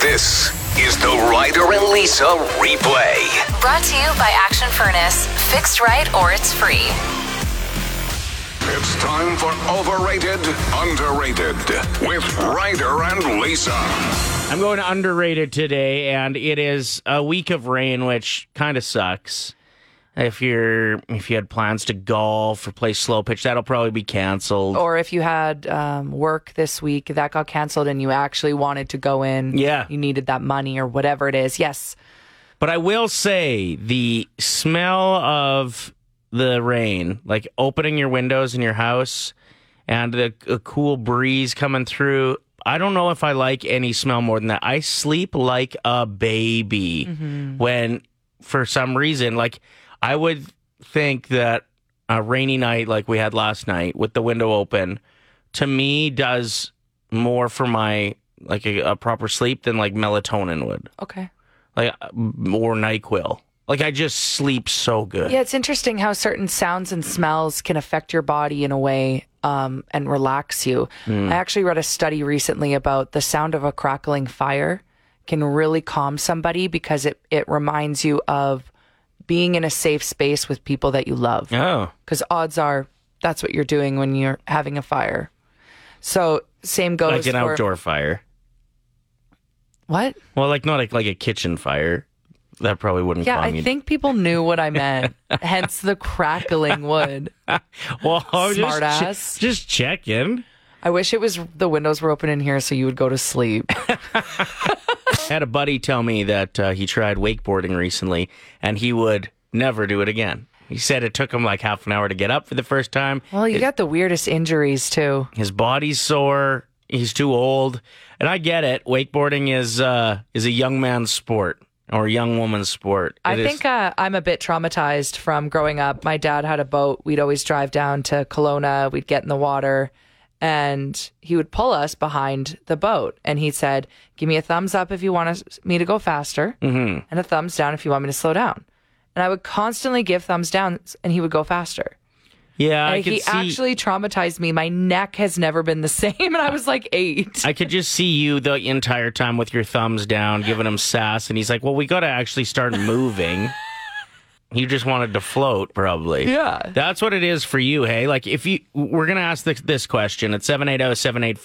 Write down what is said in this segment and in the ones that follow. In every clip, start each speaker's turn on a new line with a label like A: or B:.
A: This is the Ryder and Lisa replay.
B: Brought to you by Action Furnace. Fixed right or it's free.
A: It's time for Overrated, Underrated with Ryder and Lisa.
C: I'm going underrated today, and it is a week of rain, which kind of sucks. If you're if you had plans to golf or play slow pitch, that'll probably be canceled.
D: or if you had um, work this week that got canceled and you actually wanted to go in,
C: Yeah.
D: you needed that money or whatever it is. Yes,
C: But I will say the smell of the rain, like opening your windows in your house and the a cool breeze coming through. I don't know if I like any smell more than that. I sleep like a baby when, for some reason, like I would think that a rainy night like we had last night with the window open to me does more for my like a, a proper sleep than like melatonin would
D: okay.
C: like uh, or Nyquil. Like I just sleep so good.
D: Yeah, it's interesting how certain sounds and smells can affect your body in a way um, and relax you.
C: Hmm.
D: I actually read a study recently about the sound of a crackling fire can really calm somebody because it, it reminds you of being in a safe space with people that you love.
C: Oh,
D: because odds are that's what you're doing when you're having a fire. So same goes
C: like an
D: for
C: outdoor fire.
D: what?
C: Well, like not like, like a kitchen fire. That probably wouldn't.
D: Yeah,
C: calm
D: I
C: you.
D: think people knew what I meant. Hence the crackling wood.
C: Well, I was just,
D: Smartass.
C: che- just checking.
D: I wish it was the windows were open in here so you would go to sleep.
C: Had a buddy tell me that uh, he tried wakeboarding recently, and he would never do it again. He said it took him like half an hour to get up for the first time.
D: Well, you got the weirdest injuries too.
C: His body's sore. He's too old, and I get it. Wakeboarding is uh, is a young man's sport or a young woman's sport.
D: I
C: It is-
D: think uh, I'm a bit traumatized from growing up. My dad had a boat. We'd always drive down to Kelowna. We'd get in the water, and he would pull us behind the boat. And he said, "Give me a thumbs up if you want us- me to go faster,
C: Mm-hmm.
D: and a thumbs down if you want me to slow down." And I would constantly give thumbs down, and he would go faster.
C: yeah, I
D: And
C: could
D: he
C: see.
D: actually traumatized me. My neck has never been the same, and I was like eight.
C: I could just see you the entire time with your thumbs down, giving him sass, and he's like, "Well, we got to actually start moving." you just wanted to float, probably.
D: Yeah.
C: that's what it is for you. Hey, like if you, we're gonna ask this, this question at oh, 780-784-7107.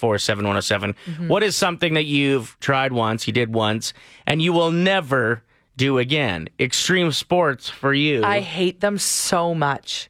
D: Mm-hmm.
C: What is something that you've tried once, you did once, and you will never do again? Extreme sports for you.
D: I hate them so much.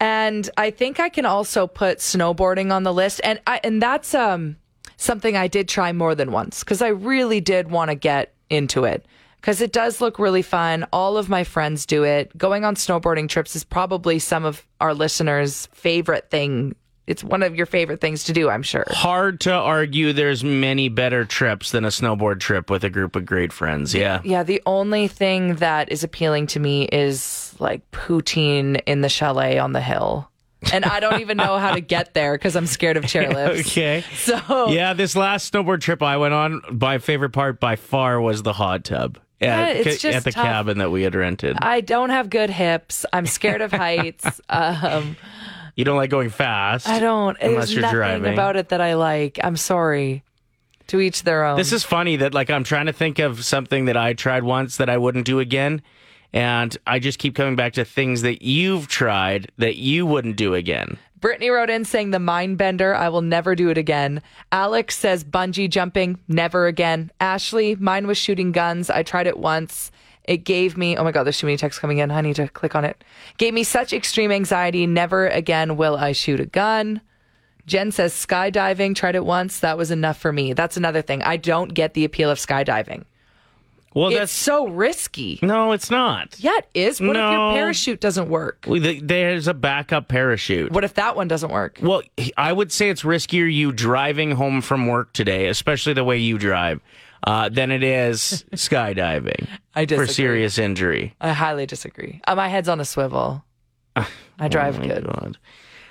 D: And I think I can also put snowboarding on the list and I and that's um something I did try more than once cuz I really did want to get into it cuz it does look really fun. All of my friends do it. Going on snowboarding trips is probably some of our listeners' favorite thing. It's one of your favorite things to do, I'm sure.
C: Hard to argue. There's many better trips than a snowboard trip with a group of great friends. Yeah.
D: Yeah, the only thing that is appealing to me is like poutine in the chalet on the hill. And I don't even know how to get there because I'm scared of chairlifts.
C: Okay.
D: So
C: yeah, this last snowboard trip I went on, my favorite part by far was the hot tub at,
D: Yeah, it's
C: ca-
D: just
C: at the
D: tough.
C: cabin that we had rented.
D: I don't have good hips. I'm scared of heights. Um,
C: you don't like going fast.
D: I don't.
C: Unless
D: there's
C: you're
D: nothing
C: driving.
D: about it that I like. I'm sorry. To each their own.
C: This is funny that like I'm trying to think of something that I tried once that I wouldn't do again, and I just keep coming back to things that you've tried that you wouldn't do again.
D: Brittany wrote in saying the mind bender. I will never do it again. Alex says bungee jumping. Never again. Ashley, mine was shooting guns. I tried it once. It gave me, oh my God, there's too many texts coming in. I need to click on it. Gave me such extreme anxiety. Never again will I shoot a gun. Jen says skydiving. Tried it once. That was enough for me. That's another thing. I don't get the appeal of skydiving.
C: Well,
D: it's
C: that's
D: so risky.
C: no, it's not.
D: Yeah, it is. What if
C: No.
D: your parachute doesn't work?
C: We- th- There's a backup parachute.
D: What if that one doesn't work?
C: Well, he- I would say it's riskier you driving home from work today, especially the way you drive, uh, than it is skydiving
D: I
C: for
D: disagree.
C: serious injury.
D: I highly disagree. Uh, my head's on a swivel. I drive
C: Oh my
D: good.
C: God.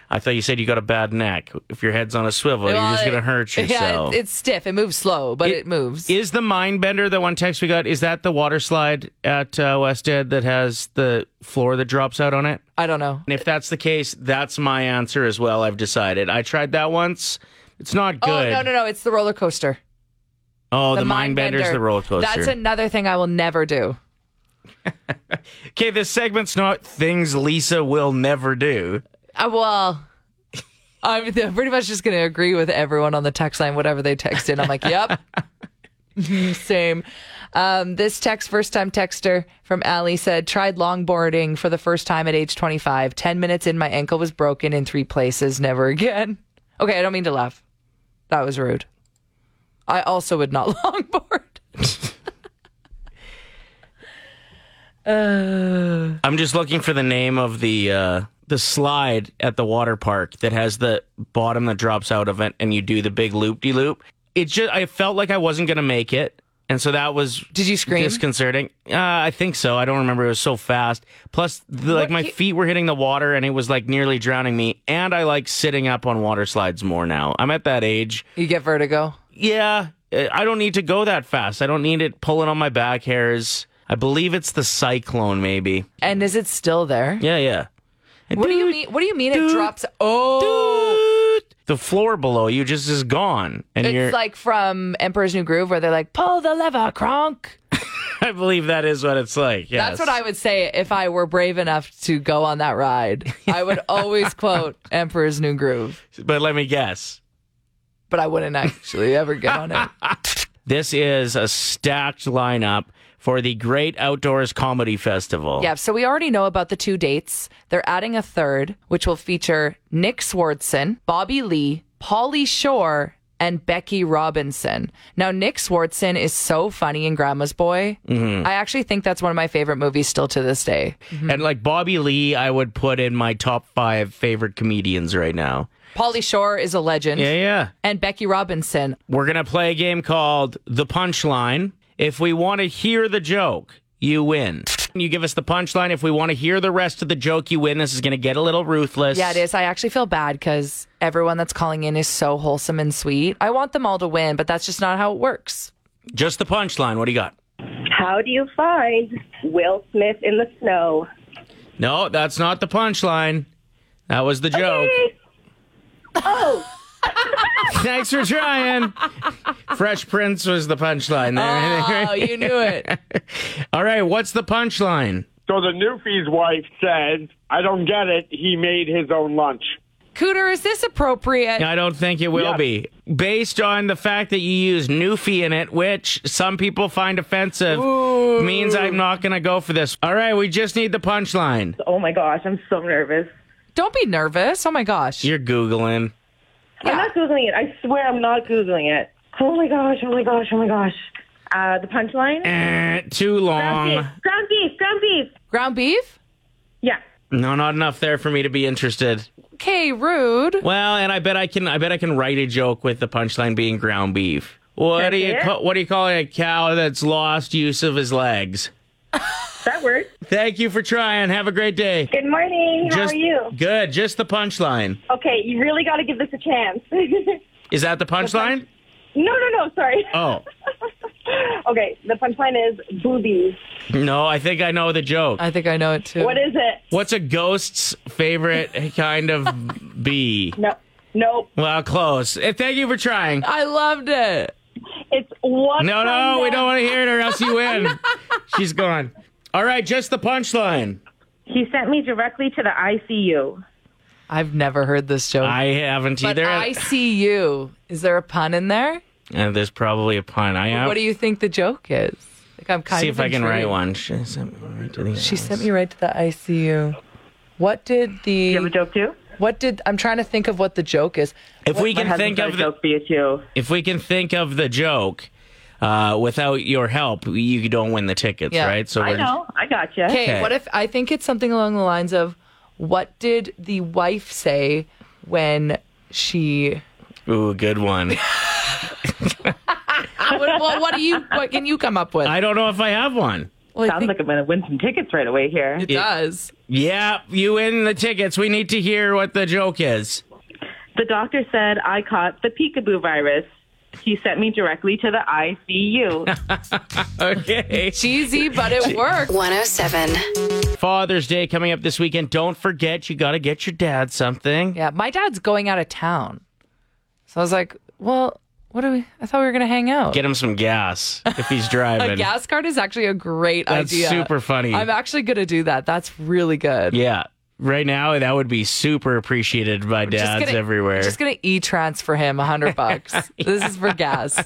C: I thought you said you got a bad neck. If your head's on a swivel, you're
D: Well,
C: just
D: it-
C: going to hurt
D: Yeah,
C: yourself.
D: it's, it's stiff. It moves slow, but
C: It-
D: it, moves.
C: is the mind bender the one text we got? Is that the water slide at uh, West Ed that has the floor that drops out on it?
D: I don't know.
C: And if that's the case, that's my answer as well. I've decided. I tried that once. It's not good.
D: Oh no no no! It's the roller coaster.
C: Oh, the, mind bender's
D: bender.
C: the roller coaster.
D: That's another thing I will never do.
C: okay, this segment's not things Lisa will never do.
D: Uh, well, I'm th- pretty much just going to agree with everyone on the text line, whatever they text in. I'm like, yep. Same. Um, this text, first time texter from Allie said, tried longboarding for the first time at age 25. 10 minutes in, my ankle was broken in three places. Never again. Okay, I don't mean to laugh. That was rude. I also would not longboard.
C: I'm just looking for the name of the uh, the slide at the water park that has the bottom that drops out of it, and you do the big loop de loop. It just I felt like I wasn't gonna make it, and so that was
D: Did you scream?
C: disconcerting. Uh, I think so. I don't remember. It was so fast. Plus, the, like my
D: you-
C: feet were hitting the water, and it was like nearly drowning me. And I like sitting up on water slides more now. I'm at that age.
D: You get vertigo.
C: Yeah, uh, I don't need to go that fast. I don't need it pulling on my back hairs. I believe it's the cyclone, maybe.
D: And is it still there?
C: Yeah, yeah. And
D: What do you
C: dude,
D: mean? What do you mean
C: dude,
D: it drops? Oh,
C: dude, The floor below you just is gone, and you're.
D: it's like from Emperor's New Groove where they're like, "Pull the lever, Kronk."
C: I believe that is what it's like. Yes.
D: That's what I would say if I were brave enough to go on that ride. I would always quote Emperor's New Groove,
C: But let me guess.
D: but I wouldn't actually ever get on it.
C: This is a stacked lineup for the Great Outdoors Comedy Festival.
D: Yeah, so we already know about the two dates. They're adding a third, which will feature Nick Swartzen, Bobby Lee, Polly Shore, and Becky Robinson. Now, Nick Swartzen is so funny in Grandma's Boy. I actually think that's one of my favorite movies still to this day.
C: And like Bobby Lee, I would put in my top five favorite comedians right now.
D: Polly Shore is a legend.
C: Yeah, yeah.
D: And Becky Robinson.
C: We're going to play a game called The Punchline. If we want to hear the joke, you win. You give us the punchline. If we want to hear the rest of the joke, you win. This is going to get a little ruthless.
D: Yeah, it is. I actually feel bad because everyone that's calling in is so wholesome and sweet. I want them all to win, but that's just not how it works.
C: Just the punchline. What do you got?
E: How do you find Will Smith in the snow?
C: No, that's not the punchline. That was the joke.
E: Oh,
C: Thanks for trying. Fresh Prince was the punchline there.
D: Oh, you knew it.
C: All right, what's the punchline?
F: So the newfie's wife says, I don't get it. He made his own lunch.
D: Cooter, is this appropriate?
C: I don't think it will
F: Yeah.
C: be. Based on the fact that you use Newfie in it, which some people find offensive, means I'm not going to go for this. All right, we just need the punchline.
E: oh my gosh, I'm so nervous.
D: Don't be nervous. Oh my gosh.
C: You're Googling.
E: I'm not Googling it. I swear I'm not Googling it. Oh my gosh, oh my gosh, oh my gosh. Uh, the punchline?
C: Eh, too
E: Ground
C: long.
E: beef, ground beef, ground beef.
D: Ground beef?
E: Yeah.
C: No, not enough there for me to be interested.
D: Okay, rude.
C: Well, and I bet I can. I bet I can write a joke with the punchline being ground beef. What do you
E: it?
C: call, What do you call a cow that's lost use of his legs?
E: That works.
C: Thank you for trying. Have a great day.
E: Good morning. How
C: Just-
E: are you? Oh.
C: Good. Just the punchline.
E: Okay, you really got to give this a chance. no,
C: Is that the punchline?
E: no, no, sorry.
C: Oh
E: Okay, the punchline is boobies.
C: no, I think I know the joke.
D: I think I know it too.
E: What is it?
C: What's a ghost's favorite kind of bee?
E: No, nope.
C: Well, close. Eh, Thank you for trying.
D: I loved it.
E: It's what?
C: No, no,
E: kind
C: we
E: of-
C: don't want to hear it, or else you win. She's gone. All right, just the punchline.
E: He sent me directly to the ICU.
D: I've never heard this joke.
C: I haven't
D: but
C: either.
D: I see you. Is there a pun in there?
C: And Uh, there's probably a pun. I have.
D: What do you think the joke is? Like I'm kind
C: see if
D: of
C: I can write
D: intrigued.
C: one. She sent me right to the
D: She sent me right to the ICU. What did
E: You have a
D: the
E: joke too?
D: what did I'm trying to think of what the joke is.
C: If we
E: My
C: can
E: husband's
C: think
E: got
C: of
E: a
C: the
E: joke for you too.
C: if we can think of the joke, uh, without your help, you don't win the tickets,
D: Yeah.
C: right? So
E: I
C: we're-
E: know. I gotcha.
D: Okay,
C: Okay.
D: what if I think it's something along the lines of what did the wife say when she
C: Ooh, good one.
D: what, what, what do you what can you come up with?
C: I don't know if I have one.
D: Well, I
E: Sounds
D: think
E: like I'm gonna win some tickets right away here.
D: it does.
C: Yeah, you win the tickets. We need to hear what the joke is.
E: The doctor said I caught the peekaboo virus. He sent me directly to the ICU.
C: Okay.
D: Cheesy, but it works.
B: 107.
C: Father's Day coming up this weekend. Don't forget, you got to get your dad something.
D: Yeah, my dad's going out of town. So I was like, well, What are we? I thought we were going to hang out.
C: Get him some gas if he's
D: a
C: driving.
D: gas card is actually a great
C: That's
D: idea.
C: super funny.
D: I'm actually going to do that. That's really good.
C: yeah. Right now, that would be super appreciated by
D: Just
C: dads
D: gonna-
C: everywhere.
D: Just going to e transfer him a 100 bucks. This is for gas.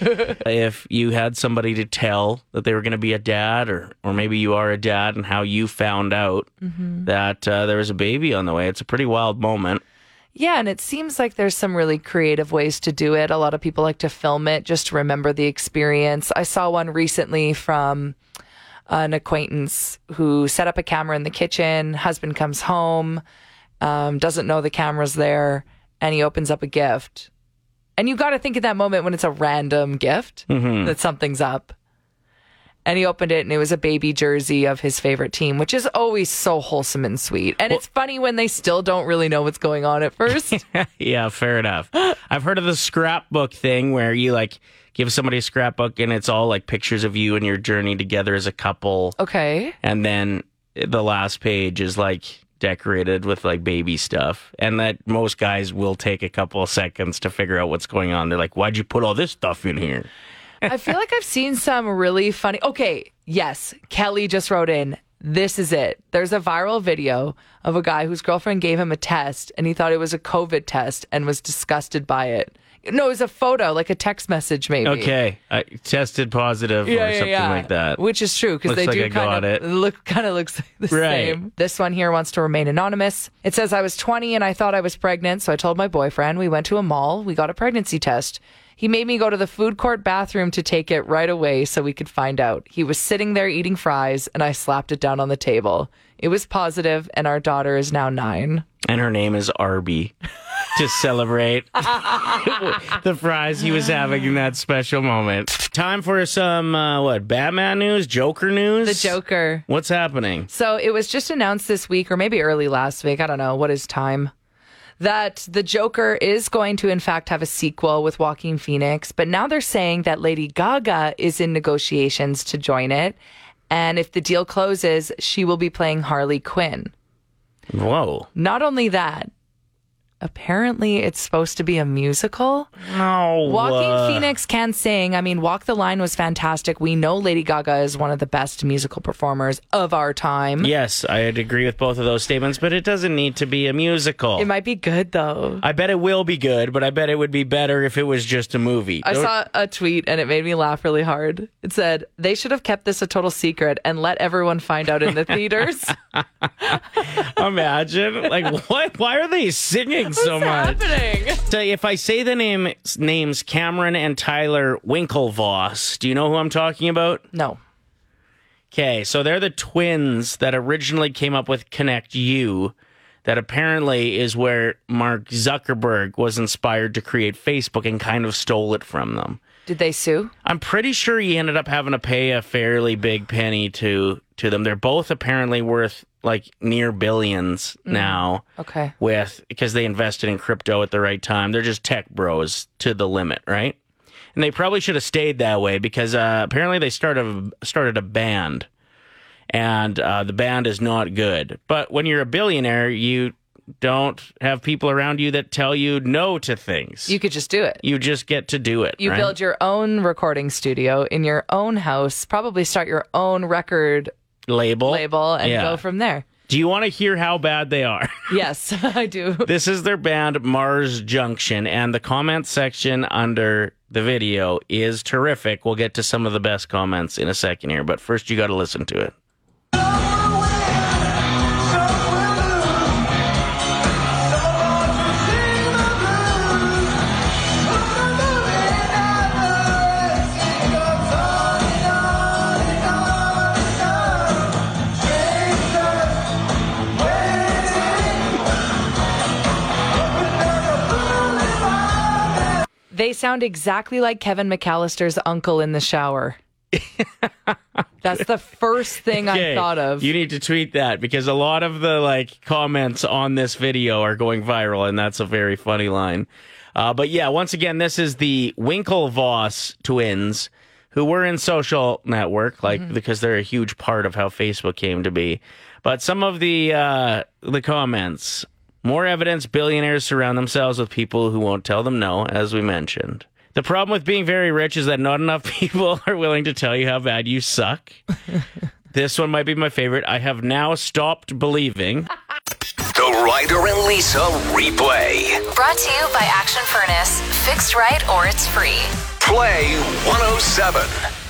C: if you had somebody to tell that they were going to be a dad, or or maybe you are a dad, and how you found out
D: Mm-hmm.
C: that uh, there was a baby on the way, it's a pretty wild moment.
D: Yeah, and it seems like there's some really creative ways to do it. A lot of people like to film it just to remember the experience. I saw one recently from an acquaintance who set up a camera in the kitchen. Husband comes home, um, doesn't know the camera's there, and he opens up a gift. And you got to think in that moment when it's a random gift that something's up. And he opened it, and it was a baby jersey of his favorite team, which is always so wholesome and sweet. And it's funny when they still don't really know what's going on at first.
C: Yeah, fair enough. I've heard of the scrapbook thing where you like give somebody a scrapbook and it's all like pictures of you and your journey together as a couple.
D: okay.
C: And then the last page is like decorated with like baby stuff. And that most guys will take a couple of seconds to figure out what's going on. They're like, why'd you put all this stuff in here?
D: I feel like I've seen some really funny. Okay. Yes. Kelly just wrote in. This is it. There's a viral video of a guy whose girlfriend gave him a test and he thought it was a COVID test and was disgusted by it. No, it was a photo, like a text message, maybe.
C: Okay. I tested positive or something like that.
D: Which is true because
C: Looks
D: they
C: like
D: do
C: I
D: kind
C: got
D: of
C: it.
D: look kind of looks the
C: Right.
D: same. This one here wants to remain anonymous. It says I was 20 and I thought I was pregnant, so I told my boyfriend. We went to a mall. We got a pregnancy test. He made me go to the food court bathroom to take it right away so we could find out. He was sitting there eating fries and I slapped it down on the table. It was positive and our daughter is now 9.
C: and her name is Arby to celebrate the fries he was having in that special moment. Time for some uh, what Batman news, Joker news,
D: The Joker.
C: What's happening?
D: So it was just announced this week, or maybe early last week. I don't know. What is time? That the Joker is going to, in fact, have a sequel with Joaquin Phoenix. But now they're saying that Lady Gaga is in negotiations to join it. And if the deal closes, she will be playing Harley Quinn.
C: Whoa!
D: Not only that, apparently it's supposed to be a musical.
C: No,
D: Walking Oh,
C: Uh,
D: Phoenix can sing. I mean, Walk the Line was fantastic. We know Lady Gaga is one of the best musical performers of our time.
C: Yes, I'd agree with both of those statements, but it doesn't need to be a musical.
D: It might be good though.
C: I bet it will be good, but I bet it would be better if it was just a movie.
D: I
C: Don't-
D: saw a tweet and it made me laugh really hard. It said, they should have kept this a total secret and let everyone find out in the theaters.
C: Imagine, like, what? Why are they singing so
D: What's
C: much?
D: happening?
C: So if I say the name names Cameron and Tyler Winklevoss, do you know who I'm talking about?
D: No.
C: Okay, so they're the twins that originally came up with Connect You, that apparently is where Mark Zuckerberg was inspired to create Facebook and kind of stole it from them.
D: Did they sue?
C: I'm pretty sure he ended up having to pay a fairly big penny to to them. They're both apparently worth like near billions now
D: Mm-hmm. Okay.
C: with because they invested in crypto at the right time. They're just tech bros to the limit, right? And they probably should have stayed that way because uh, apparently they started started a band, and uh, the band is not good. But when you're a billionaire, you don't have people around you that tell you no to things.
D: You
C: You,
D: could just do it.
C: just get to do it.
D: You
C: right?
D: build your own recording studio in your own house, probably start your own record
C: label.
D: label and
C: Yeah.
D: go from there.
C: Do you want to hear how bad they are?
D: Yes, I do.
C: This is their band Mars Junction, and the comment section under the video is terrific. We'll get to some of the best comments in a second here, but first you got to listen to it.
D: They sound exactly like Kevin McAllister's uncle in the shower. That's the first thing I
C: Okay,
D: thought of.
C: You need to tweet that because a lot of the like comments on this video are going viral, and that's a very funny line. Uh, but yeah, once again, this is the Winklevoss twins who were in social network, like
D: Mm-hmm.
C: because they're a huge part of how Facebook came to be. But some of the uh, the comments. More evidence billionaires surround themselves with people who won't tell them no, as we mentioned. The problem with being very rich is that not enough people are willing to tell you how bad you suck. this one might be my favorite. I have now stopped believing.
A: The Ryder and Lisa replay.
B: Brought to you by Action Furnace. Fixed right or it's free.
A: oh Play 107.